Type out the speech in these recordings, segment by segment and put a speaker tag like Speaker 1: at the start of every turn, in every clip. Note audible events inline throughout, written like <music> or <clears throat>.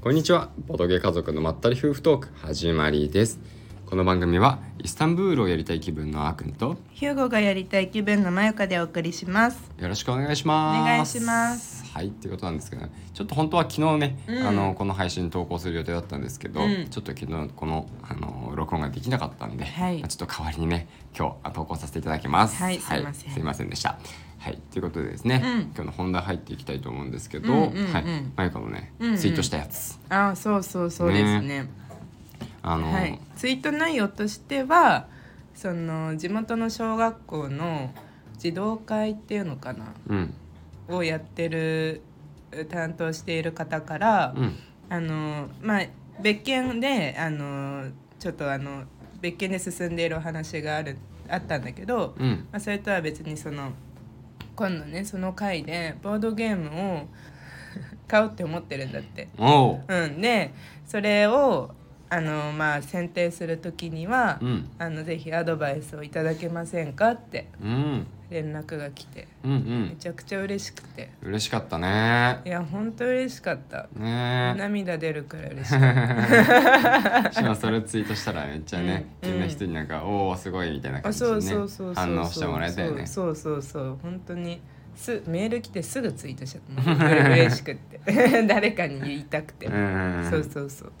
Speaker 1: こんにちはボドゲ家族のまったり夫婦トーク始まりですこの番組はイスタンブールをやりたい気分のあーくんと
Speaker 2: ヒューゴがやりたい気分のまゆかでお送りします。
Speaker 1: よろしくお願いします
Speaker 2: お願いします
Speaker 1: はいっていうことなんですけど、ね、ちょっと本当は昨日ね、
Speaker 2: うん
Speaker 1: あのこの配信投稿する予定だったんですけど、
Speaker 2: うん
Speaker 1: ちょっと昨日このあの録音ができなかったんで、
Speaker 2: はい
Speaker 1: まあちょっと代わりにね今日あ投稿させていただきます
Speaker 2: はいすいません
Speaker 1: すいませんでしたはいということでですね、
Speaker 2: うん
Speaker 1: 今日の本題入っていきたいと思うんですけど、
Speaker 2: うんうんうん
Speaker 1: はいまゆかのね、
Speaker 2: うんうん
Speaker 1: ツイートしたやつ
Speaker 2: あー、そうそうそうですね。
Speaker 1: あの、
Speaker 2: はい。ツイート内容としては、その地元の小学校の児童会っていうのかな
Speaker 1: うん
Speaker 2: をやってる担当している方から、
Speaker 1: うん
Speaker 2: あのまあ別件であのちょっとあの別件で進んでいるお話があるあったんだけど、
Speaker 1: うん
Speaker 2: まあ、それとは別にその今度ねその回でボードゲームを <laughs> 買おうって思ってるんだって。
Speaker 1: おう
Speaker 2: うん、でそれをあの、まあ、選定する時には、
Speaker 1: うん
Speaker 2: あのぜひアドバイスをいただけませんかって
Speaker 1: うん
Speaker 2: 連絡が来て
Speaker 1: うんう
Speaker 2: め
Speaker 1: ん
Speaker 2: ちゃくちゃ嬉しくて
Speaker 1: 嬉しかったね
Speaker 2: いや本当嬉しかった
Speaker 1: ね
Speaker 2: 涙出るくらい嬉しかっ
Speaker 1: えしかもそれをツイートしたらめっちゃね、
Speaker 2: うん
Speaker 1: みんな人になんか「おおすごい」みたいな
Speaker 2: た
Speaker 1: 感
Speaker 2: あ
Speaker 1: じ
Speaker 2: そ
Speaker 1: で
Speaker 2: うそうそうそうそう
Speaker 1: ね反応してもらえたよね
Speaker 2: そうそうそう本当にすメール来てすぐツイートしちゃったもう嬉しくって <laughs> 誰かに言いたくて、
Speaker 1: うんうんうん
Speaker 2: そうそうそう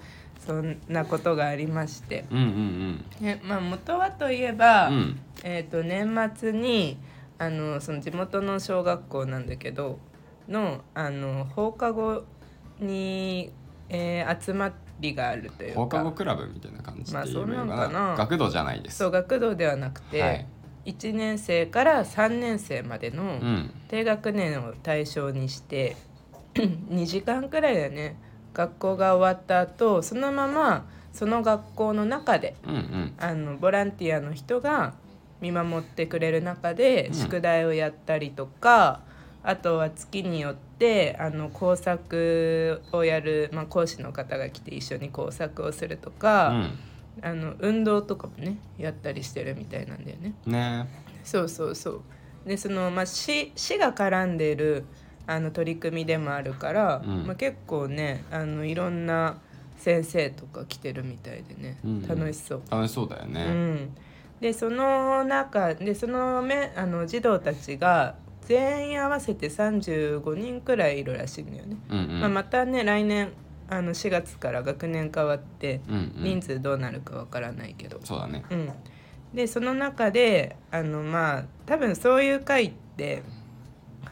Speaker 2: そんなことがありまして
Speaker 1: うんうん
Speaker 2: えまあ元はといえば、
Speaker 1: うんうん
Speaker 2: えー、と年末にあのその地元の小学校なんだけどのあの放課後に、えー集まりがあるというか
Speaker 1: 放課後クラブみたいな感じ
Speaker 2: まあ
Speaker 1: で言えばいいのかな,、
Speaker 2: そんなんかな
Speaker 1: 学童じゃないです
Speaker 2: そう学童ではなくて、
Speaker 1: はい
Speaker 2: 1年生から3年生までの
Speaker 1: うん
Speaker 2: 低学年を対象にして、2時間くらいだよね学校が終わった後そのままその学校の中で
Speaker 1: うんうん
Speaker 2: あのボランティアの人が見守ってくれる中で
Speaker 1: うん
Speaker 2: 宿題をやったりとか、あとは月によってあの工作をやる、まあ、講師の方が来て一緒に工作をするとか、あの運動とかもねやったりしてるみたいなんだよね。
Speaker 1: うんね
Speaker 2: そうそうそうでその、まあ、市市が絡んでるあの取り組みでもあるから、
Speaker 1: うん
Speaker 2: まあ、結構ねあのいろんな先生とか来てるみたいでね、
Speaker 1: うんうん
Speaker 2: 楽しそう。
Speaker 1: 楽しそうだよね、
Speaker 2: うん、でその中でそのめあの児童たちが全員合わせて35人くらいいるらしいんだよね、
Speaker 1: うんうん
Speaker 2: まあ、またね来年あの4月から学年変わって
Speaker 1: うんうん
Speaker 2: 人数どうなるかわからないけど、
Speaker 1: そうだね
Speaker 2: うん、でその中であのまあ多分そういう会って、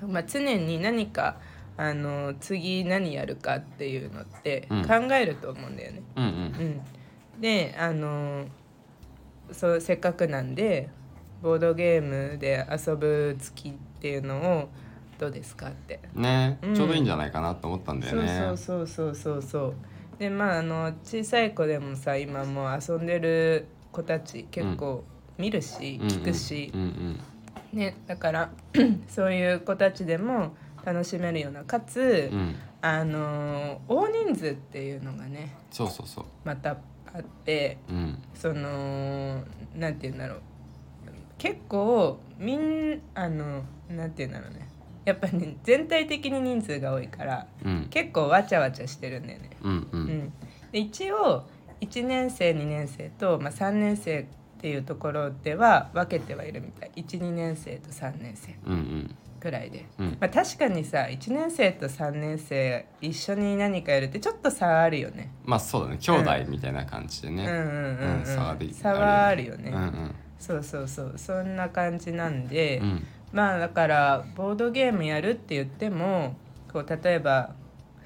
Speaker 2: まあ、常に何かあの次何やるかっていうのって
Speaker 1: うん
Speaker 2: 考えると思うんだよね。
Speaker 1: うんう
Speaker 2: うんん、であのそうせっかくなんでボードゲームで遊ぶ月っていうのをどうですかって、
Speaker 1: ね、
Speaker 2: うん
Speaker 1: ちょうどいいんじゃないかなと思ったんだよ
Speaker 2: そう
Speaker 1: ね
Speaker 2: そうそうそうそうそうでまああの小さい子でもさ今もう遊んでる子たち結構見るし、聞くし
Speaker 1: うん、うん
Speaker 2: ね、だから <clears throat> そういう子たちでも楽しめるようなかつ、
Speaker 1: うんうん、
Speaker 2: あの大人数っていうのがね
Speaker 1: そうそうそう
Speaker 2: またあって。
Speaker 1: うん
Speaker 2: そのなんて言うんだろう結構みんあのなんて言うんだろうねやっぱり、全体的に人数が多いから
Speaker 1: うん
Speaker 2: 結構わちゃわちゃしてるんだよね。
Speaker 1: うんう
Speaker 2: うんん、で一応1年生2年生と、まあ、3年生っていうところでは分けてはいるみたい12年生と3年生
Speaker 1: うんうん
Speaker 2: くらいで、
Speaker 1: うん
Speaker 2: まあ、確かにさ1年生と3年生一緒に何かやるってちょっと差あるよね。
Speaker 1: まあそうだね兄弟みたいな感じで
Speaker 2: うん
Speaker 1: ね、
Speaker 2: うん
Speaker 1: う
Speaker 2: うん、うん、
Speaker 1: 差はで
Speaker 2: 差はあるよね。
Speaker 1: うんうん
Speaker 2: そうそうそうそんな感じなんで、
Speaker 1: うん
Speaker 2: まあだからボードゲームやるって言ってもこう例えば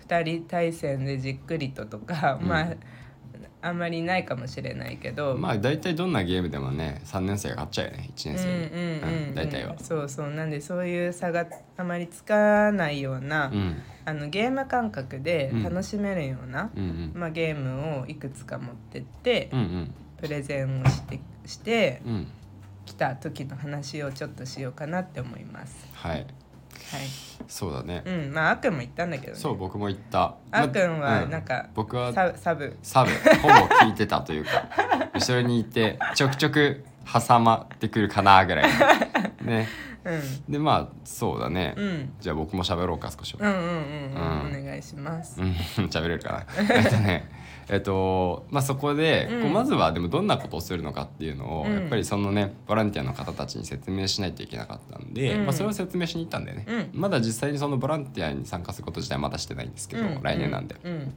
Speaker 2: 2人対戦でじっくりととか、
Speaker 1: うん
Speaker 2: まああんまりないかもしれないけど、
Speaker 1: まあ大体どんなゲームでもね3年生が勝っちゃうよね1
Speaker 2: うん
Speaker 1: 年
Speaker 2: うん
Speaker 1: 生
Speaker 2: うん
Speaker 1: に、
Speaker 2: うん
Speaker 1: 大体は
Speaker 2: そうそうなんでそういう差があまりつかないような、
Speaker 1: うん
Speaker 2: あのゲーム感覚で
Speaker 1: うん
Speaker 2: 楽しめるような、
Speaker 1: うんうん
Speaker 2: まあ、ゲームをいくつか持ってって、
Speaker 1: うんうん
Speaker 2: プレゼンをしてして
Speaker 1: うん
Speaker 2: きた時の話をちょっとしようかなって思います。
Speaker 1: はい
Speaker 2: はい
Speaker 1: そうだね、
Speaker 2: うん、まああーくんも言ったんだけどね。
Speaker 1: そう僕も言った
Speaker 2: あーくん
Speaker 1: ま
Speaker 2: はなんか
Speaker 1: う僕は
Speaker 2: ササブ。
Speaker 1: サブほぼ聞いてたというか後ろにいてちょくちょく挟まってくるかなぐらいのね
Speaker 2: うん
Speaker 1: でまあそうだね、
Speaker 2: うん
Speaker 1: じゃあ僕も喋ろうか少しは
Speaker 2: うんうんうん、
Speaker 1: う
Speaker 2: お願いします
Speaker 1: うん <laughs> 喋れるかなえっとねえっとまあそこで、
Speaker 2: うん
Speaker 1: こうまずはでもどんなことをするのかっていうのを、
Speaker 2: うん
Speaker 1: やっぱりそのねボランティアの方たちに説明しないといけなかったんで、
Speaker 2: うん
Speaker 1: まあ、それを説明しに行ったんだよね、
Speaker 2: う
Speaker 1: まだ実際にそのボランティアに参加すること自体まだしてないんですけど、
Speaker 2: う
Speaker 1: 来年なんで、
Speaker 2: うん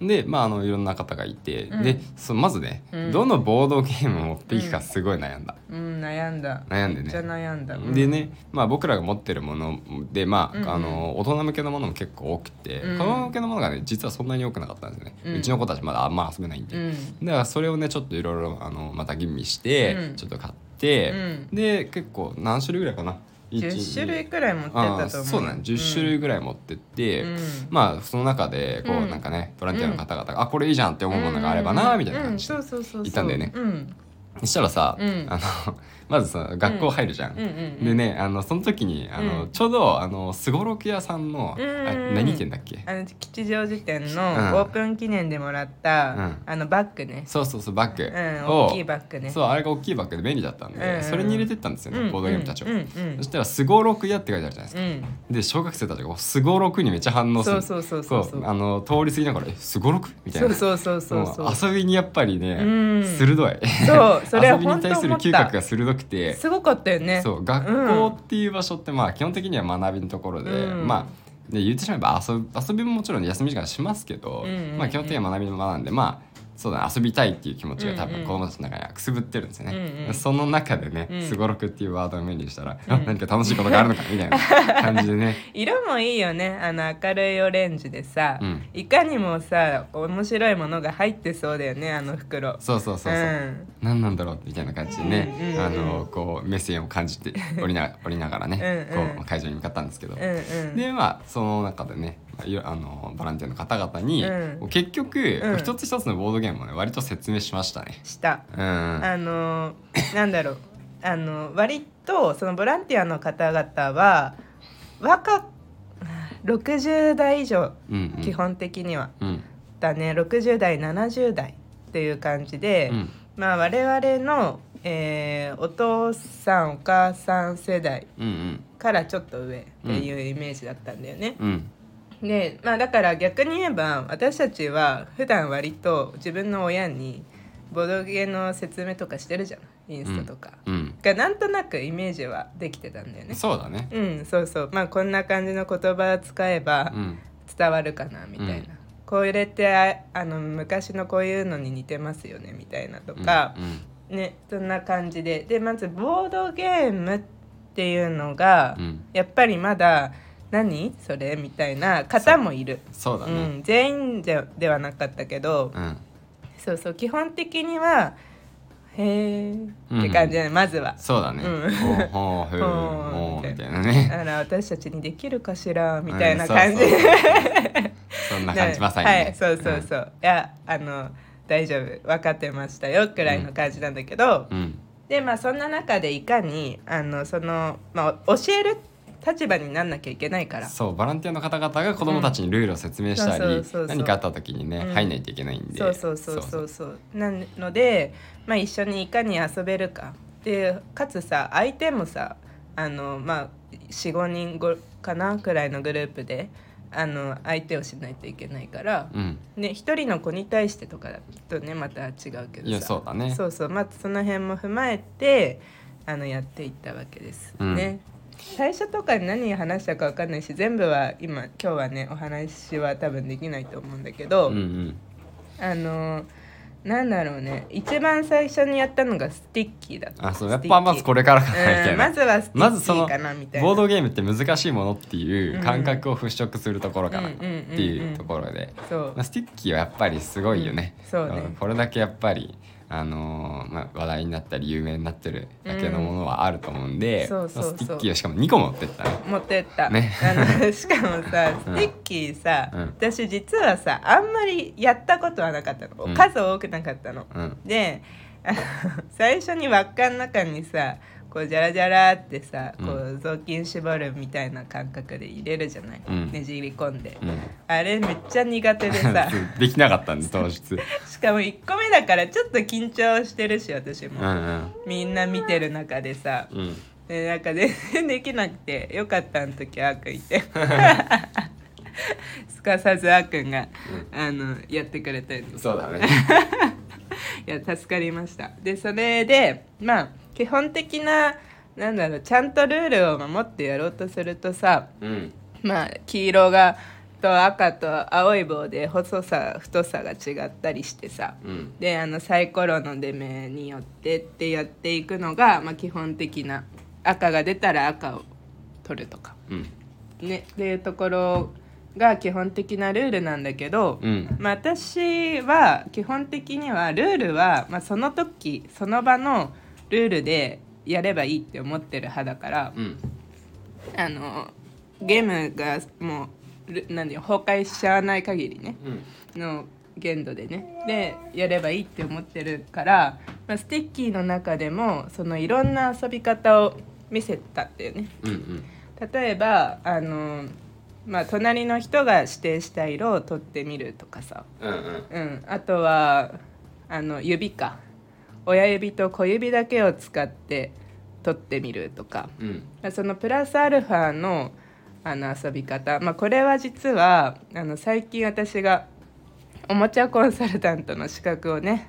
Speaker 1: でまああのいろんな方がいて、
Speaker 2: うん
Speaker 1: でそまずね、
Speaker 2: うん
Speaker 1: どのボードゲームを持っていくかすごい悩んだ、
Speaker 2: うん、うん悩んだ
Speaker 1: 悩んで
Speaker 2: め
Speaker 1: ね
Speaker 2: っちゃ悩んだ、うん
Speaker 1: でね、まあ、僕らが持ってるもので、まあ
Speaker 2: うんうん
Speaker 1: あの大人向けのものも結構多くて、
Speaker 2: うん
Speaker 1: 子供向けのものがね実はそんなに多くなかったんですよね、
Speaker 2: う
Speaker 1: うんちの子たちまだあんま遊べないん
Speaker 2: う
Speaker 1: で、
Speaker 2: ん
Speaker 1: だからそれをねちょっといろいろあのまた吟味して、
Speaker 2: うん
Speaker 1: ちょっと買って、
Speaker 2: う
Speaker 1: で結構何種類ぐらいかな
Speaker 2: 10種類くらい持って
Speaker 1: あ
Speaker 2: ったと
Speaker 1: ー
Speaker 2: 思う
Speaker 1: そうだね10種類ぐらい持ってって、
Speaker 2: うん
Speaker 1: まあその中でこう、
Speaker 2: うん
Speaker 1: なんかねボランティアの方々が、あこれいいじゃんって思うものがあればなみたいな感じで、
Speaker 2: うんうんうんそうそうそうそう
Speaker 1: いたんだよね
Speaker 2: うん
Speaker 1: そしたらさ、
Speaker 2: うん
Speaker 1: あの <laughs> まずさ学校入るじゃん、
Speaker 2: うんうん
Speaker 1: でねあのその時にあの、
Speaker 2: うん
Speaker 1: ちょうどあのすごろく屋さんの、
Speaker 2: うんうん
Speaker 1: あ
Speaker 2: うん
Speaker 1: 何店だっけ
Speaker 2: あの吉祥寺店のオ
Speaker 1: うん
Speaker 2: ープン記念でもらった、
Speaker 1: うん
Speaker 2: あのバッグね、
Speaker 1: そうそうそうバッグ
Speaker 2: うん、
Speaker 1: を、
Speaker 2: 大きいバッグね
Speaker 1: そうあれが大きいバッグで便利だったんで、
Speaker 2: うんうん
Speaker 1: それに入れてったんですよね、ボードゲームたちを、
Speaker 2: うんうんうん
Speaker 1: そしたら「すごろく屋」って書いてあるじゃないです
Speaker 2: う
Speaker 1: か、
Speaker 2: ん
Speaker 1: で小学生たちが「すごろく」にめっちゃ反応す
Speaker 2: そ
Speaker 1: る
Speaker 2: うそうそうそうそう
Speaker 1: あの通り過ぎながら「えすごろく?」みたい
Speaker 2: そ
Speaker 1: な
Speaker 2: うそうそうそうそう
Speaker 1: もう遊びにやっぱりね、
Speaker 2: うん
Speaker 1: 鋭い <laughs>
Speaker 2: そうそれ
Speaker 1: 遊
Speaker 2: は
Speaker 1: びに
Speaker 2: 本当
Speaker 1: 対する
Speaker 2: 思っ
Speaker 1: 嗅覚が
Speaker 2: た
Speaker 1: 鋭くて
Speaker 2: すごかったよね
Speaker 1: そう学校っていう場所ってまあ基本的には学びのところで、
Speaker 2: うん
Speaker 1: まあで言ってしまえば遊び遊びももちろん休み時間しますけど、
Speaker 2: うんうんうん
Speaker 1: まあ、基本的には学びの場なんでまあそうだ、ね、遊びたいっていう気持ちが多分子供たちの中にはくすぶってるんですよね、
Speaker 2: うんうん
Speaker 1: その中でね
Speaker 2: うん
Speaker 1: 「すごろく」っていうワードを目にしたら、
Speaker 2: うん
Speaker 1: あ何か楽しいことがあるのかみたいな感じで
Speaker 2: <laughs>
Speaker 1: ね
Speaker 2: 色もいいよねあの明るいオレンジでさ、
Speaker 1: うん
Speaker 2: いかにもさ面白いものが入ってそうだよねあの袋
Speaker 1: そうそうそうそう、
Speaker 2: ん
Speaker 1: 何なんだろうみたいな感じで
Speaker 2: うんうん
Speaker 1: ね、
Speaker 2: うん
Speaker 1: あのこう目線を感じておりなおりながらね
Speaker 2: うんうん
Speaker 1: こう会場に向かったんですけど、
Speaker 2: うんうん
Speaker 1: でまあその中でねまあいろあのボランティアの方々に、
Speaker 2: うん
Speaker 1: 結局、
Speaker 2: うん
Speaker 1: 一つ一つのボードゲームをね割と説明しましたね。
Speaker 2: した
Speaker 1: うん、
Speaker 2: あのーなんだろうあの割とそのボランティアの方々は若60代以上
Speaker 1: うんうん
Speaker 2: 基本的には、
Speaker 1: うん
Speaker 2: だね60代70代っていう感じで、
Speaker 1: うん
Speaker 2: まあ我々の、えーお父さんお母さん世代
Speaker 1: うん
Speaker 2: からちょっと上っていうイメージだったんだよね。
Speaker 1: うん
Speaker 2: でまあだから逆に言えば私たちは普段割と自分の親にボドゲの説明とかしてるじゃないインスタとか、
Speaker 1: うん
Speaker 2: がなんとなくイメージはできてたんだよね
Speaker 1: そうだね。
Speaker 2: うんそうそうまあこんな感じの言葉使えば
Speaker 1: うん
Speaker 2: 伝わるかなみたいな、
Speaker 1: うん
Speaker 2: こう入れてああの昔のこういうのに似てますよねみたいなとか
Speaker 1: う、ん
Speaker 2: ねそんな感じででまずボードゲームっていうのが、
Speaker 1: うん
Speaker 2: やっぱりまだ何それみたいな方もいる
Speaker 1: そうだね。
Speaker 2: ん、全員じゃではなかったけど、
Speaker 1: うん
Speaker 2: そうそう基本的にはへえ
Speaker 1: うん
Speaker 2: って感じだね、まずは
Speaker 1: そうだね。
Speaker 2: うん
Speaker 1: ほうほうふう
Speaker 2: ほう
Speaker 1: ほうみ
Speaker 2: み
Speaker 1: た
Speaker 2: た
Speaker 1: いなね。
Speaker 2: あら私たちにできるかしらみたいな
Speaker 1: うん
Speaker 2: 感じ、
Speaker 1: そうそうそんな
Speaker 2: <laughs>
Speaker 1: 感じまさにね。
Speaker 2: はいそうそうそう、いやあの大丈夫分かってましたよくらいの感じなんだけど、
Speaker 1: うん。うん
Speaker 2: でまあそんな中でいかにあのその、まあ、教える立場になんなきゃいけないから
Speaker 1: そうボランティアの方々が子どもたちにルールを説明したり、
Speaker 2: うんそうそうそうそう
Speaker 1: 何かあった時にね、
Speaker 2: うん
Speaker 1: 入んないといけないんで
Speaker 2: そうそうそう
Speaker 1: そ
Speaker 2: そううそうなので、まあ、一緒にいかに遊べるかでかつさ相手もさあの、まあ、45人ごかなくらいのグループであの相手をしないといけないから、
Speaker 1: うん
Speaker 2: ね、一人の子に対してとかだとねまた違うけどさ
Speaker 1: いやそうだね
Speaker 2: そうそうまずその辺も踏まえてあのやっていったわけです、
Speaker 1: うん
Speaker 2: ね最初とかに何話したかわかんないし全部は今今日はねお話は多分できないと思うんだけど、
Speaker 1: うんうん
Speaker 2: あのなんだろうね一番最初にやったのがスティッキーだった
Speaker 1: あそうやっぱまずこれからかなみ <laughs> た
Speaker 2: う
Speaker 1: い
Speaker 2: ん
Speaker 1: な、
Speaker 2: まずはスティ
Speaker 1: まず
Speaker 2: ッキ
Speaker 1: その
Speaker 2: ーかなみたいな
Speaker 1: ボードゲームって難しいものっていう感覚を払拭するところかな
Speaker 2: う
Speaker 1: っ
Speaker 2: ん
Speaker 1: て
Speaker 2: うんうんうんうん
Speaker 1: いうところで、
Speaker 2: そう
Speaker 1: まあ、スティッキーはやっぱりすごいよね,、
Speaker 2: うんそうね
Speaker 1: これだけやっぱり、あのーまあ、話題になったり有名になってるだけのものはあると思うんで、
Speaker 2: うんそうそうそう
Speaker 1: まあスティッキーをしかも2個持ってったね
Speaker 2: 持ってった、
Speaker 1: ね
Speaker 2: あのし <laughs> か
Speaker 1: うん
Speaker 2: もさスティッキーさ、
Speaker 1: うん
Speaker 2: 私実はさあんまりやったことはなかったの、
Speaker 1: うん
Speaker 2: 数多くなかったの、
Speaker 1: うん
Speaker 2: であの <laughs> 最初に輪っかの中にさこうジャラジャラってさこう雑巾絞るみたいな感覚で入れるじゃない、
Speaker 1: うん
Speaker 2: ねじり込んで、
Speaker 1: うん
Speaker 2: あれめっちゃ苦手
Speaker 1: <laughs>
Speaker 2: でさ
Speaker 1: できなかったんで当日
Speaker 2: しかも1個目だからちょっと緊張してるし私
Speaker 1: う
Speaker 2: も、
Speaker 1: んうん
Speaker 2: みんな見てる中でさ
Speaker 1: うん
Speaker 2: でねなんか全然できなくてよかったの時はあーくんいてすかさずあーくんが、あのやってくれたんです
Speaker 1: そうだね
Speaker 2: いや助かりましたでそれでまあ基本的ななんだろうちゃんとルールを守ってやろうとするとさ
Speaker 1: うん
Speaker 2: まあ黄色がと赤と青い棒で細さ太さが違ったりしてさ
Speaker 1: うん
Speaker 2: であのサイコロの出目によってってやっていくのが、まあ、基本的な赤が出たら赤を取るとか
Speaker 1: うん
Speaker 2: ねっていうところが基本的なルールなんだけど、
Speaker 1: うん
Speaker 2: まあ、私は基本的にはルールは、まあ、その時その場のルールでやればいいって思ってる派だから、
Speaker 1: うん
Speaker 2: あのゲームがもうル何よ崩壊しちゃわない限りね
Speaker 1: うん
Speaker 2: の限度でねでやればいいって思ってるから、まあ、スティッキーの中でもそのいろんな遊び方を見せたっていうね
Speaker 1: うん
Speaker 2: 例えばあの、まあ、隣の人が指定した色を取ってみるとかさ、
Speaker 1: うんうん
Speaker 2: うん、あとはあの指か親指と小指だけを使って取ってみるとか
Speaker 1: うん
Speaker 2: まあそのプラスアルファのあの遊び方、まあ、これは実はあの最近私がおもちゃコンサルタントの資格をね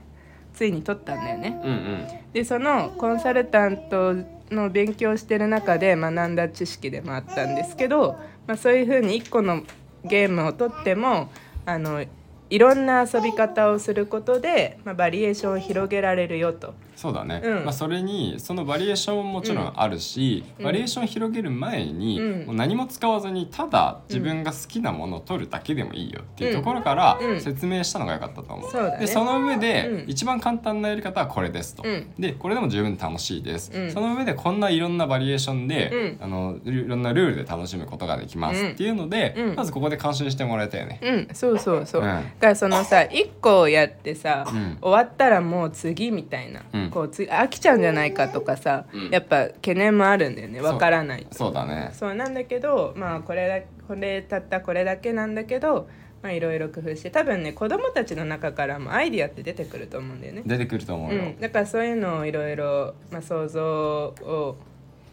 Speaker 2: ついに取ったんだよね。
Speaker 1: うんうん
Speaker 2: でそのコンサルタントの勉強してる中で学んだ知識でもあったんですけど、まあ、そういうふうに1個のゲームをとってもあのいろんな遊び方をすることで、まあ、バリエーションを広げられるよと。
Speaker 1: そうだね、
Speaker 2: うん
Speaker 1: まあ、それにそのバリエーションももちろんあるし、
Speaker 2: うん
Speaker 1: バリエーション広げる前に、
Speaker 2: うん
Speaker 1: もう何も使わずにただ自分が好きなものを取るだけでもいいよっていうところか
Speaker 2: う
Speaker 1: ら
Speaker 2: ん
Speaker 1: 説明したのが良かったと思う。
Speaker 2: そうだね
Speaker 1: でその上で、
Speaker 2: うん
Speaker 1: 一番簡単なやり方はこれですと。
Speaker 2: うん
Speaker 1: でこれでも十分楽しいです、
Speaker 2: うん
Speaker 1: その上でこんないろんなバリエーションで、
Speaker 2: う
Speaker 1: あのいろんなルールで楽しむことができます、
Speaker 2: うん
Speaker 1: っていうので、
Speaker 2: うん
Speaker 1: まずここで感心してもらえたよね。
Speaker 2: うん、そうそうそう、
Speaker 1: うん
Speaker 2: だからそのさ1個をやってさ、
Speaker 1: うん
Speaker 2: 終わったらもう次みたいな、
Speaker 1: うん
Speaker 2: こうつ飽きちゃうんじゃないかとかさ、
Speaker 1: うん
Speaker 2: やっぱ懸念もあるんだよね
Speaker 1: そう
Speaker 2: わからないと
Speaker 1: そうだね
Speaker 2: そうなんだけどまあこれだこれたったこれだけなんだけどまあいろいろ工夫して多分ね子供たちの中からもアイディアって出てくると思うんだよね、
Speaker 1: 出てくると思う
Speaker 2: う
Speaker 1: よ。
Speaker 2: ん、だからそういうのをいろいろまあ想像を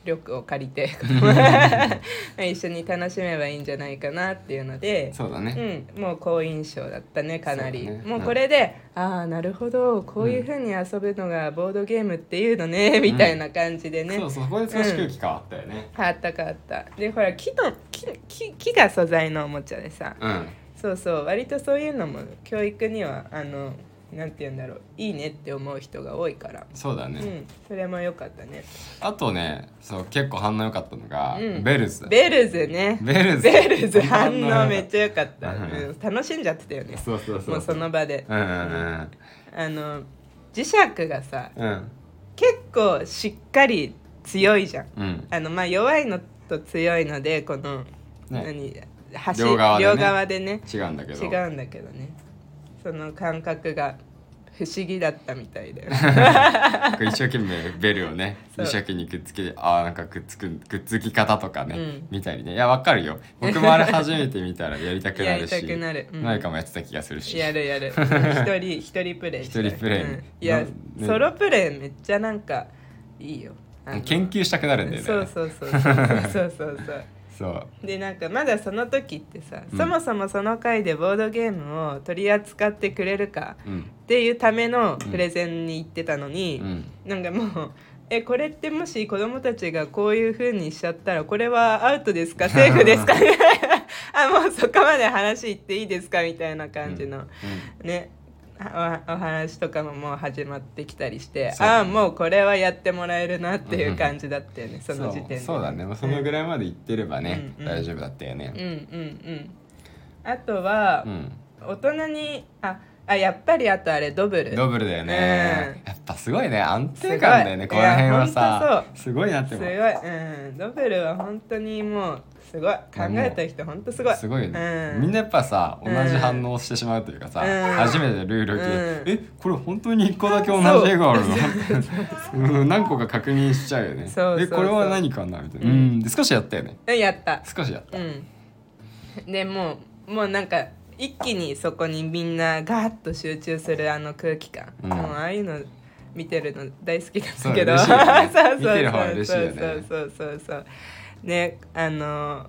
Speaker 2: 力を借りて
Speaker 1: <laughs>
Speaker 2: 子供が一緒に楽しめばいいんじゃないかなっていうので
Speaker 1: そうだね、
Speaker 2: うん、もう好印象だったねかなり、
Speaker 1: そうだね
Speaker 2: もうこれで、ああなるほどこういうふうに遊ぶのがボードゲームっていうのね、みたいな感じでね、
Speaker 1: そうそうそこで少し空気変わったよね。
Speaker 2: あったかあったでほら木の木木木が素材のおもちゃでさ
Speaker 1: うん
Speaker 2: そうそう割とそういうのも教育にはあのなんて言うんだろういいねって思う人が多いから、
Speaker 1: そうだね、
Speaker 2: うんそれも良かったね
Speaker 1: あとねそう結構反応良かったのが、
Speaker 2: うん
Speaker 1: ベルズ
Speaker 2: ベルズね
Speaker 1: ベルズ
Speaker 2: ベルズ反応め
Speaker 1: ゃ
Speaker 2: っちゃ良かった、
Speaker 1: うん
Speaker 2: うん楽しんじゃってたよね
Speaker 1: そうそうそう
Speaker 2: もうその場で
Speaker 1: うんうん
Speaker 2: あの磁石がさ
Speaker 1: うんうん
Speaker 2: 結構しっかり強いじゃん
Speaker 1: うん
Speaker 2: あのまあ弱いのと強いのでこの、
Speaker 1: ね
Speaker 2: 何端
Speaker 1: 両側でね
Speaker 2: 両側でね
Speaker 1: 違うんだけど
Speaker 2: 違うんだけどねその感覚が不思議だったみたいで
Speaker 1: こう一生懸命ベルをね
Speaker 2: <laughs> そう
Speaker 1: 一生懸命くっつけてあーなんかくっつくくっつき方とかね、
Speaker 2: うん
Speaker 1: 見たりねいやわかるよ僕もあれ初めて見たらやりたくなるし
Speaker 2: <laughs> やりたくなるうん
Speaker 1: マイカもやってた気がするし
Speaker 2: やるやる一人
Speaker 1: <laughs>
Speaker 2: 一人プレイしたい
Speaker 1: 一人プレイ
Speaker 2: うんいや、
Speaker 1: なね
Speaker 2: ソロプレイめっちゃなんかいいよあの
Speaker 1: 研究したくなるんだよね
Speaker 2: そうそうそうそうそうそうそう
Speaker 1: そう
Speaker 2: でなんかまだその時ってさ、そもそもその回でボードゲームを取り扱ってくれるか
Speaker 1: うん
Speaker 2: っていうためのプレゼンに行ってたの
Speaker 1: う
Speaker 2: に、
Speaker 1: ん
Speaker 2: なんかもうえこれってもし子供たちがこういう風にしちゃったらこれはアウトですかセーフですか <laughs> あもうそこまで話行っていいですかみたいな感じの、ねおお話とかももう始まってきたりして
Speaker 1: そう
Speaker 2: ああもうこれはやってもらえるなっていう感じだったよね、その時点で
Speaker 1: そうそうだねもうそのぐらいまで行ってればね、
Speaker 2: うんうん
Speaker 1: 大丈夫だったよね、
Speaker 2: うんうんうんあとは、
Speaker 1: うん
Speaker 2: 大人にああやっぱりあとあれドブル
Speaker 1: ドブルだよね、やっぱすごいね安定感だよね
Speaker 2: す
Speaker 1: こ
Speaker 2: ごい
Speaker 1: の辺はい
Speaker 2: や
Speaker 1: さ
Speaker 2: ほんと
Speaker 1: すごいなって
Speaker 2: すご
Speaker 1: 思
Speaker 2: い、
Speaker 1: う
Speaker 2: うん、ドブルは本当にもうすごい考えた人本当すごい
Speaker 1: すごいよね、
Speaker 2: うん、
Speaker 1: みんなやっぱさ同
Speaker 2: うん
Speaker 1: じ反応をしてしまうというかさ、
Speaker 2: うん
Speaker 1: 初めてルールを聞いて、
Speaker 2: うん
Speaker 1: えこれ本当に一個だけ同じ絵があるの <laughs> うん何個か確認しちゃうよね
Speaker 2: そうそ
Speaker 1: え
Speaker 2: うそう
Speaker 1: これは何かなみたいな、
Speaker 2: う
Speaker 1: うんん、で少しやったよね
Speaker 2: うんやった
Speaker 1: 少しやった、
Speaker 2: うんでもうもうなんか一気にそこにみんなガーッと集中するあの空気感、
Speaker 1: うん
Speaker 2: もうああいうの見てるの大好きです
Speaker 1: そう
Speaker 2: けど
Speaker 1: 嬉しいよね
Speaker 2: <laughs> そうそう
Speaker 1: 見てる方は嬉しいよね
Speaker 2: そうそうそうそうねあの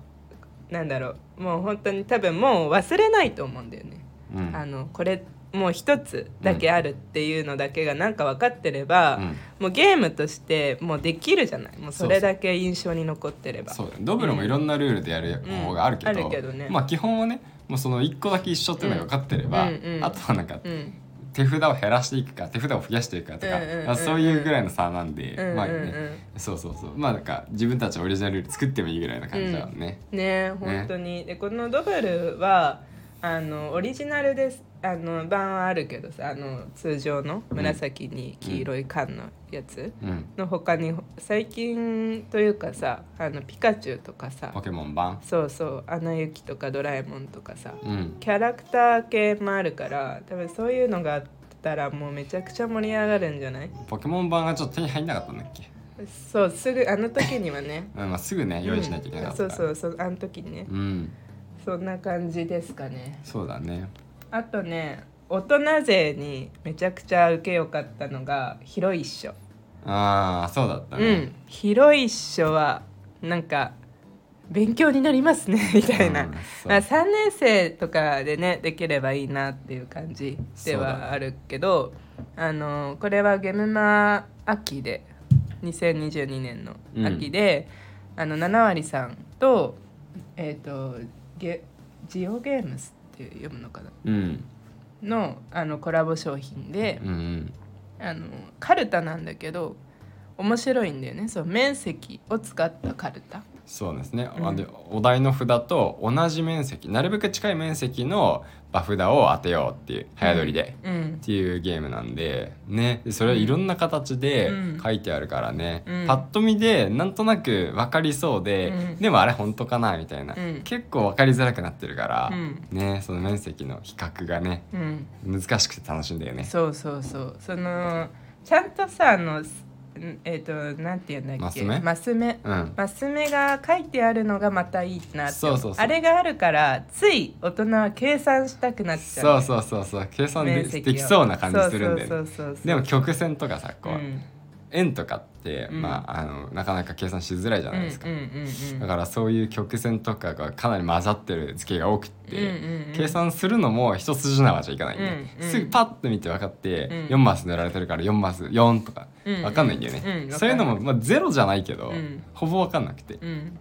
Speaker 2: なんだろうもう本当に多分もう忘れないと思うんだよね、
Speaker 1: うん
Speaker 2: あのこれもう一つだけあるっていうのだけがなんか分かってれば、
Speaker 1: うん
Speaker 2: もうゲームとしてもうできるじゃないもうそれだけ印象に残ってれば
Speaker 1: そうだねドブロもいろんなルールでやる方法があるけど,、
Speaker 2: うんあるけどね
Speaker 1: まあ基本はねもうその1個だけ一緒っていうのが分かってれば、
Speaker 2: うんうんうん
Speaker 1: あとはなんか
Speaker 2: うん
Speaker 1: 手札を減らしていくか手札を増やしていくかとか、
Speaker 2: うんうんうんうん
Speaker 1: まあそういうぐらいの差なんで、
Speaker 2: うんうんうん
Speaker 1: まあねそうそうそうまあなんか自分たちはオリジナルルール作ってもいいぐらいな感じだもんね。
Speaker 2: ね本当に、でこのドブルはあのオリジナルですあの版はあるけどさあの通常の
Speaker 1: うん
Speaker 2: 紫に黄色い缶のやつ
Speaker 1: うん、
Speaker 2: の他に最近というかさあのピカチュウとかさ
Speaker 1: ポケモン版、
Speaker 2: そうそう「アナ雪」とか「ドラえもん」とかさ
Speaker 1: うん、
Speaker 2: キャラクター系もあるから多分そういうのがあったらもうめちゃくちゃ盛り上がるんじゃない
Speaker 1: ポケモン版がちょっと手に入んなかったんだっけ、
Speaker 2: そうすぐあの時にはね
Speaker 1: うんまあ、すぐね <laughs> 用意しなきゃいけなかった
Speaker 2: う
Speaker 1: から、
Speaker 2: んそうそうそうあの時にね
Speaker 1: うん
Speaker 2: そんな感じですかね
Speaker 1: そうだね
Speaker 2: あとね大人勢にめちゃくちゃ受けよかったのが「広いっしょ」
Speaker 1: ああそうだった
Speaker 2: う
Speaker 1: ね、
Speaker 2: ん「広いっしょ」はなんか勉強になりますねみたいな、
Speaker 1: うんそう
Speaker 2: まあ、3年生とかでねできればいいなっていう感じで
Speaker 1: そうだ
Speaker 2: はあるけど、あのこれはゲムマ秋で2022年の秋で、あの7割さんと,、えー、とゲジオゲームスって読むのかな
Speaker 1: うん
Speaker 2: のあのコラボ商品で
Speaker 1: うんうん
Speaker 2: あのカルタなんだけど面白いんだよねそう面積を使ったカルタ。
Speaker 1: そうですね、
Speaker 2: うん
Speaker 1: でお題の札と同じ面積なるべく近い面積の場札を当てようっていう早取りで、
Speaker 2: うん
Speaker 1: っていうゲームなんでねでそれはいろんな形で
Speaker 2: うん
Speaker 1: 書いてあるからね、
Speaker 2: うん
Speaker 1: パッと見でなんとなく分かりそうで、
Speaker 2: うん
Speaker 1: でもあれ本当かなみたいな、
Speaker 2: うん
Speaker 1: 結構分かりづらくなってるから、
Speaker 2: うん
Speaker 1: ねその面積の比較がね
Speaker 2: うん
Speaker 1: 難しくて楽しいんだよね。
Speaker 2: そうそうそうそのちゃんとさあのすんえっ、となんて言うんだっけ
Speaker 1: マス目
Speaker 2: マス目
Speaker 1: うん、
Speaker 2: マス目が書いてあるのがまたいいなって
Speaker 1: そう
Speaker 2: 思
Speaker 1: そうそう
Speaker 2: あれがあるからつい大人は計算したくなっちゃ
Speaker 1: そううそうそうそう計算で
Speaker 2: 面
Speaker 1: で
Speaker 2: 積を
Speaker 1: きそうな感じするんだよね。
Speaker 2: そうそうそうそう
Speaker 1: でも曲線とかさこう、
Speaker 2: うん
Speaker 1: 円とかって、
Speaker 2: うん
Speaker 1: まあ、あのなかなか計算しづらいじゃないですか、
Speaker 2: うんうんうんうん
Speaker 1: だからそういう曲線とかがかなり混ざってる図形が多くって、
Speaker 2: うんうんうん
Speaker 1: 計算するのも一筋縄じゃいかないんで、
Speaker 2: うんうん
Speaker 1: すぐパッと見て分かって、
Speaker 2: うん
Speaker 1: 4マス塗られてるから4マス4とか
Speaker 2: うんうん
Speaker 1: 分かんないんだよね、
Speaker 2: うん
Speaker 1: そういうのも、まあ、ゼロじゃないけど、
Speaker 2: うん
Speaker 1: ほぼ分かんなくて、
Speaker 2: うん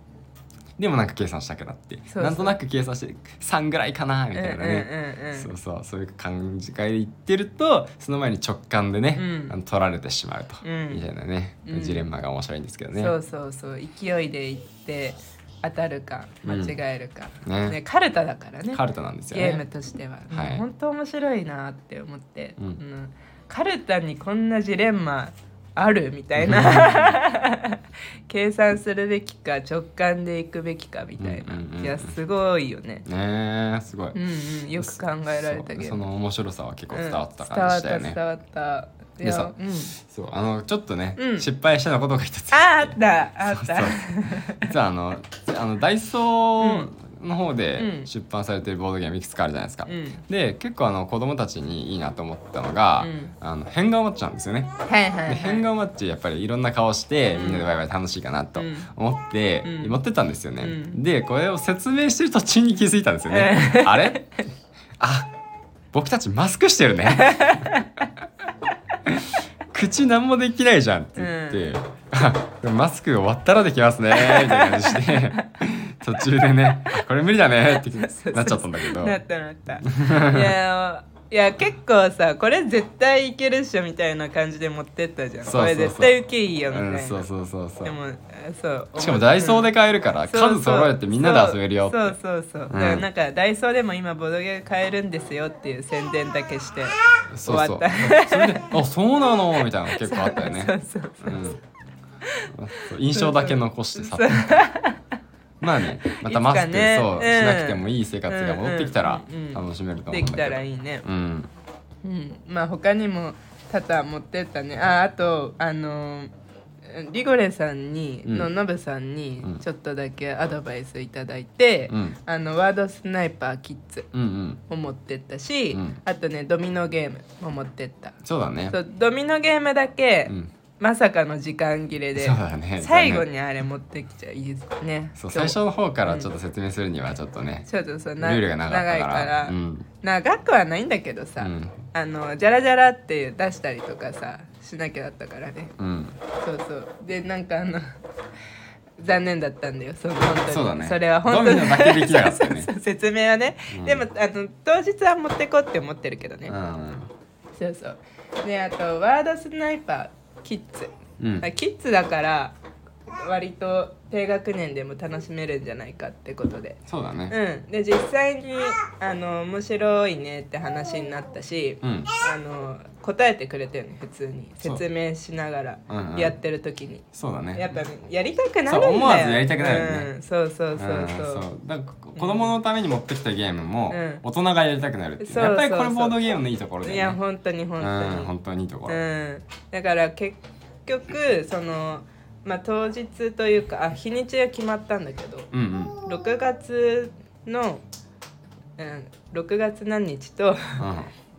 Speaker 1: でもなんか計算したくなって
Speaker 2: そう
Speaker 1: なんとなく計算して3ぐらいかなみたいなね、
Speaker 2: うんうんうんうん
Speaker 1: そうそうそういう感じが言ってるとその前に直感でね、
Speaker 2: うん
Speaker 1: あの取られてしまうと、
Speaker 2: うん
Speaker 1: みたいなね、
Speaker 2: うん
Speaker 1: ジレンマが面白いんですけどね。
Speaker 2: そうそうそう勢いでいって当たるか間違えるか、
Speaker 1: うんね
Speaker 2: カルタだからね
Speaker 1: カルタなんですよ
Speaker 2: ゲーム
Speaker 1: ね。
Speaker 2: としては、
Speaker 1: はい
Speaker 2: もう本当面白いなって思って、
Speaker 1: うん
Speaker 2: うんカルタにこんなジレンマあるみたいな計算するべきか直感でいくべきかみたいな、
Speaker 1: うんうんうんうん
Speaker 2: いやすごいよね、
Speaker 1: ねえすごい、
Speaker 2: うんうん、よく考えられた
Speaker 1: そう
Speaker 2: ゲ
Speaker 1: そ
Speaker 2: ーム
Speaker 1: の面白さは結構伝わった
Speaker 2: うん伝
Speaker 1: 感
Speaker 2: わ
Speaker 1: じ
Speaker 2: っ
Speaker 1: だよ
Speaker 2: た
Speaker 1: ね。
Speaker 2: 伝わったい
Speaker 1: でさ
Speaker 2: や、うん、
Speaker 1: そうあのちょっとね、
Speaker 2: うん
Speaker 1: 失敗したようなことが一つ
Speaker 2: ああったあっ
Speaker 1: そう
Speaker 2: た
Speaker 1: そう実はあのあのダイソーの方で
Speaker 2: うん
Speaker 1: 出版されてるボードゲームいくつかあるじゃないですか。
Speaker 2: うん
Speaker 1: で結構あの子供たちにいいなと思ったのが、
Speaker 2: うん
Speaker 1: あの変顔マッチなんですよね。
Speaker 2: はいはい、は
Speaker 1: で
Speaker 2: い、
Speaker 1: 変顔マッチやっぱりいろんな顔して
Speaker 2: うん
Speaker 1: みんなでワイワイ楽しいかなと
Speaker 2: うん
Speaker 1: 思って
Speaker 2: うん
Speaker 1: 持ってたんですよね、
Speaker 2: うん
Speaker 1: でこれを説明してる途中に気づいたんですよね、 <laughs> あれあ僕たちマスクしてるね
Speaker 2: <laughs>
Speaker 1: 口何もできないじゃんって言って、あマスク終わったらできますねみたいな感じして
Speaker 2: <laughs>
Speaker 1: 途中でねあこれ無理だねってなっちゃったんだけど
Speaker 2: なったなったいやいや結構さこれ絶対いけるっしょみたいな感じで持ってったじゃん
Speaker 1: そうそうそう
Speaker 2: これ絶対ウケいいよみたいな、
Speaker 1: うん、そうそうそうそう
Speaker 2: でもあそう
Speaker 1: しかもダイソーで買えるから
Speaker 2: そうそう
Speaker 1: 数揃えてみんなで遊べるよって
Speaker 2: そうそうそ
Speaker 1: う
Speaker 2: うそう、
Speaker 1: ん
Speaker 2: だからなんかダイソーでも今ボドゲが買えるんですよっていう宣伝だけして
Speaker 1: そ
Speaker 2: 終
Speaker 1: う
Speaker 2: わ
Speaker 1: そう
Speaker 2: った。
Speaker 1: それで、 <laughs> あ、そうなのみたいなの結構あったよ
Speaker 2: そう
Speaker 1: ね。。
Speaker 2: そうそううん
Speaker 1: そう印象だけ残してさ
Speaker 2: そ。う
Speaker 1: まあね、またマスク、
Speaker 2: いつかね
Speaker 1: そう、
Speaker 2: うん
Speaker 1: しなくてもいい生活が戻ってきたら
Speaker 2: うんうんうん
Speaker 1: 楽しめると思う
Speaker 2: で
Speaker 1: んだけ
Speaker 2: き
Speaker 1: ど。
Speaker 2: たらいいね
Speaker 1: うん。
Speaker 2: うん、まあ他にも多々持ってったねああとあのーリゴレさんに、
Speaker 1: うん
Speaker 2: のノブさんに
Speaker 1: うん
Speaker 2: ちょっとだけアドバイスいただいて、
Speaker 1: うん
Speaker 2: あのワードスナイパーキッズ
Speaker 1: うんうん
Speaker 2: を持ってったし、
Speaker 1: うん
Speaker 2: あとねドミノゲームも持ってった、
Speaker 1: そうだね
Speaker 2: そうドミノゲームだけ、
Speaker 1: うん
Speaker 2: まさかの時間切れで
Speaker 1: そうだね
Speaker 2: 最後にあれ持ってきちゃいいですね
Speaker 1: そう
Speaker 2: そ
Speaker 1: 最
Speaker 2: う
Speaker 1: 初の方からちょっと説明するにはちょっとね
Speaker 2: ちょっとそう
Speaker 1: ル
Speaker 2: な
Speaker 1: ールが長かっ
Speaker 2: 長
Speaker 1: た
Speaker 2: い
Speaker 1: か
Speaker 2: から、
Speaker 1: らうん
Speaker 2: 長くはないんだけどさ、
Speaker 1: うん
Speaker 2: あのジャラジャラって出したりとかさしなきゃだったからね
Speaker 1: うん
Speaker 2: そうそうでなんかあの <laughs> 残念だったんだよその本当に
Speaker 1: そうだね
Speaker 2: れは本当
Speaker 1: ドミノだけできなかったよね
Speaker 2: <laughs> そうそうそう説明はね、
Speaker 1: うん
Speaker 2: でもあの当日は持ってこうって思ってるけどね、
Speaker 1: うん
Speaker 2: そうそうであとワードスナイパーキッズ、
Speaker 1: うん
Speaker 2: キッズだから割と低学年でも楽しめるんじゃないかってことで
Speaker 1: そうだね
Speaker 2: うんで実際にあの面白いねって話になったし、
Speaker 1: うん
Speaker 2: あの答えてくれたよね普通に
Speaker 1: そう
Speaker 2: 説明しながら
Speaker 1: うんうん
Speaker 2: やってる時に、
Speaker 1: そうだね
Speaker 2: やっぱやりたくなるんだよ
Speaker 1: そう思わずやりたくなるよね
Speaker 2: うん、そうそうそうそう、
Speaker 1: んそうだからこ子供のために持ってきたゲームも
Speaker 2: うん
Speaker 1: 大人がやりたくなるっていう
Speaker 2: そう
Speaker 1: やっぱりこ
Speaker 2: そ
Speaker 1: れ
Speaker 2: うそう
Speaker 1: ボードゲームのいいところだよ
Speaker 2: い
Speaker 1: ね
Speaker 2: や本当に本当に、
Speaker 1: うん本当にいいところ
Speaker 2: うん、だから結局その、まあ、当日というかあ日にちが決まったんだけど
Speaker 1: うんうん
Speaker 2: 6月の、うん、6月何日と
Speaker 1: うん
Speaker 2: <laughs>
Speaker 1: はい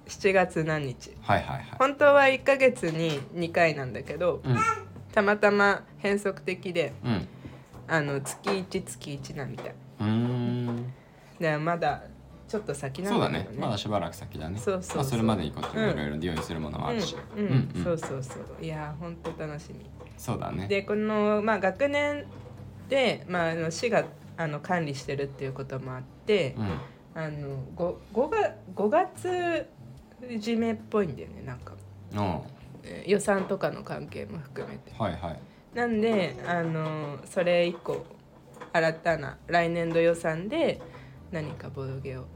Speaker 2: 7月何日
Speaker 1: はいはい
Speaker 2: 本当は1ヶ月に2回なんだけどたまたま変則的で
Speaker 1: うんうん
Speaker 2: あの月1月1なみたいう
Speaker 1: ーん
Speaker 2: でまだちょっと先な
Speaker 1: そ
Speaker 2: ん
Speaker 1: うだ
Speaker 2: だけど
Speaker 1: ね
Speaker 2: ね
Speaker 1: まだしばらく先だね
Speaker 2: そうそうそう
Speaker 1: まあそれまでにこっちも
Speaker 2: うん
Speaker 1: いろいろ用意するものもあるし
Speaker 2: うん、
Speaker 1: う
Speaker 2: うんん
Speaker 1: うん
Speaker 2: そうそうそういやー本当楽しみ
Speaker 1: そうだね
Speaker 2: でこの、まあ、学年で、まあ、あの市があの管理してるっていうこともあって、
Speaker 1: うん
Speaker 2: あの 5, が5月締めっぽいんだよねなんか
Speaker 1: うん
Speaker 2: えー予算とかの関係も含めて
Speaker 1: はいはい
Speaker 2: なんであのそれ以降新たな来年度予算で何かボドゲを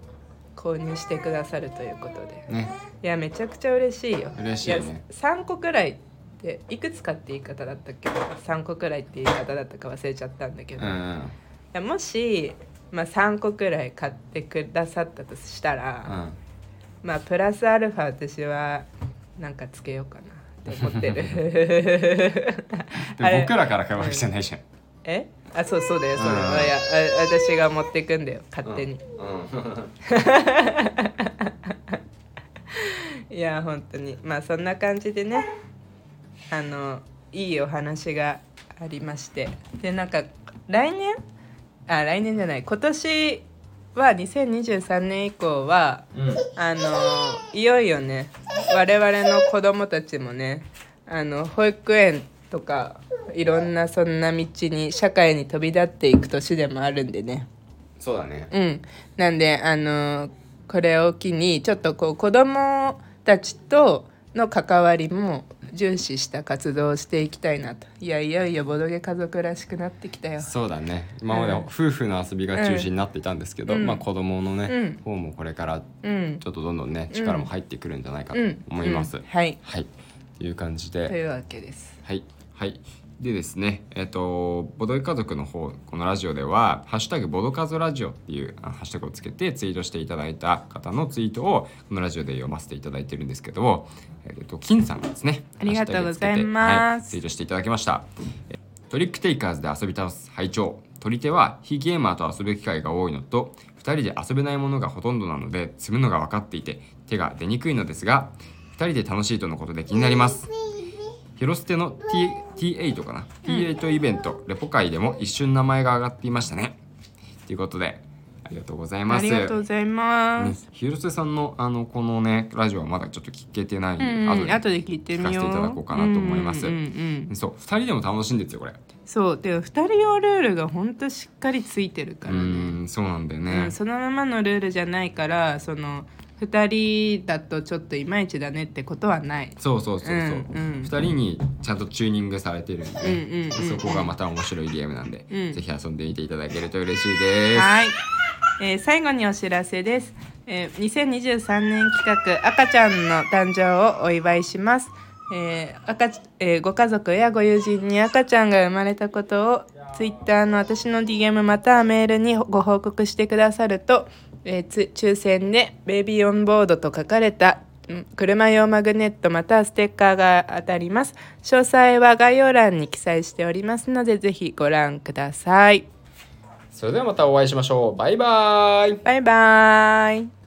Speaker 2: 購入してくださるということで
Speaker 1: ね
Speaker 2: いやめちゃくちゃ嬉しいよ
Speaker 1: 嬉しいね
Speaker 2: 3個くらいっていくつかって言い方だったっけ3個くらいって言い方だったか忘れちゃったんだけ
Speaker 1: う
Speaker 2: ど、
Speaker 1: ん
Speaker 2: い
Speaker 1: うん
Speaker 2: やもし、まあ、3個くらい買ってくださったとした
Speaker 1: う
Speaker 2: ら、
Speaker 1: ん
Speaker 2: まあプラスアルファ私はなんかつけようかなって思って
Speaker 1: <laughs>
Speaker 2: る
Speaker 1: で
Speaker 2: あれ
Speaker 1: も僕らから買うわけじゃないじゃん
Speaker 2: えあそうそうだよそうだよ、
Speaker 1: うん
Speaker 2: いやあ私が持ってくんだよ勝手に、
Speaker 1: うん
Speaker 2: いや本当にまあそんな感じでねあのいいお話がありましてでなんか来年あ来年じゃない今年は2023年以降は
Speaker 1: うん
Speaker 2: あのいよいよね我々の子供たちもねあの保育園とかいろんなそんな道に社会に飛び立っていく年でもあるんでね。
Speaker 1: そうだね
Speaker 2: うん、なんであのこれを機にちょっとこう子供たちとの関わりも重視した活動をしていきたいなといやいよいよボドゲ家族らしくなってきたよ
Speaker 1: そうだね今まで
Speaker 2: うん
Speaker 1: 夫婦の遊びが中心になっていたんですけど、
Speaker 2: うん
Speaker 1: まあ子供のね、
Speaker 2: うん
Speaker 1: 方もこれから
Speaker 2: うん
Speaker 1: ちょっとどんどんね
Speaker 2: ん
Speaker 1: 力も入ってくるんじゃないかと
Speaker 2: うん
Speaker 1: 思います、
Speaker 2: うんはい
Speaker 1: はいという感じ
Speaker 2: と
Speaker 1: で
Speaker 2: いうわけです
Speaker 1: はいはいでですねえっ、とボドゲ家族の方このラジオでは「ハッシュタグボドカズラジオ」っていうあハッシュタグをつけてツイートしていただいた方のツイートをこのラジオで読ませていただいてるんですけどもえっ、と金さんがですね
Speaker 2: ありがとうござい
Speaker 1: ハッシュタグつけては
Speaker 2: ます
Speaker 1: いツイートしていただきましたトリックテイカーズで遊び倒す拝聴取り手は非ゲーマーと遊ぶ機会が多いのと2人で遊べないものがほとんどなので積むのが分かっていて手が出にくいのですが2人で楽しいとのことで気になりますヘロステの T T8 かな、T8 イベントレポ会でも一瞬名前が上がっていましたねということでありがとうございま
Speaker 2: あ
Speaker 1: す
Speaker 2: りがとうございま
Speaker 1: ね
Speaker 2: す、
Speaker 1: 広瀬さんのあのこのねラジオはまだちょっと聞けてないん
Speaker 2: う
Speaker 1: で、
Speaker 2: んうん、後
Speaker 1: 後で
Speaker 2: で聞いてみよ
Speaker 1: 聞か
Speaker 2: う
Speaker 1: せていただこうかなと思います
Speaker 2: うんうんうんうん
Speaker 1: そう2人でも楽しいんですよこれ
Speaker 2: そうでも2人用ルールがほんとしっかりついてるから
Speaker 1: う
Speaker 2: ね、
Speaker 1: んそうなんだよ
Speaker 2: う
Speaker 1: ね
Speaker 2: ん、そのままのルールじゃないからその2人だとちょっといまいちだねってことはない
Speaker 1: そうそうそうそう、
Speaker 2: うんうん
Speaker 1: 2人にちゃんとチューニングされてるんで、
Speaker 2: うんうんうんうん
Speaker 1: そこがまた面白いゲームなんで、
Speaker 2: うん
Speaker 1: ぜひ遊んでみていただけると嬉しいです
Speaker 2: はい、えー最後にお知らせです、えー2023年企画赤ちゃんの誕生をお祝いしますえー赤ちえーご家族やご友人に赤ちゃんが生まれたことをツイッターの私の DM またはメールにご報告してくださると、えーつ抽選で「ベイビーオンボード」と書かれたん車用マグネットまたはステッカーが当たります詳細は概要欄に記載しておりますのでぜひご覧ください
Speaker 1: それではまたお会いしましょうバイバーイ
Speaker 2: バイバーイ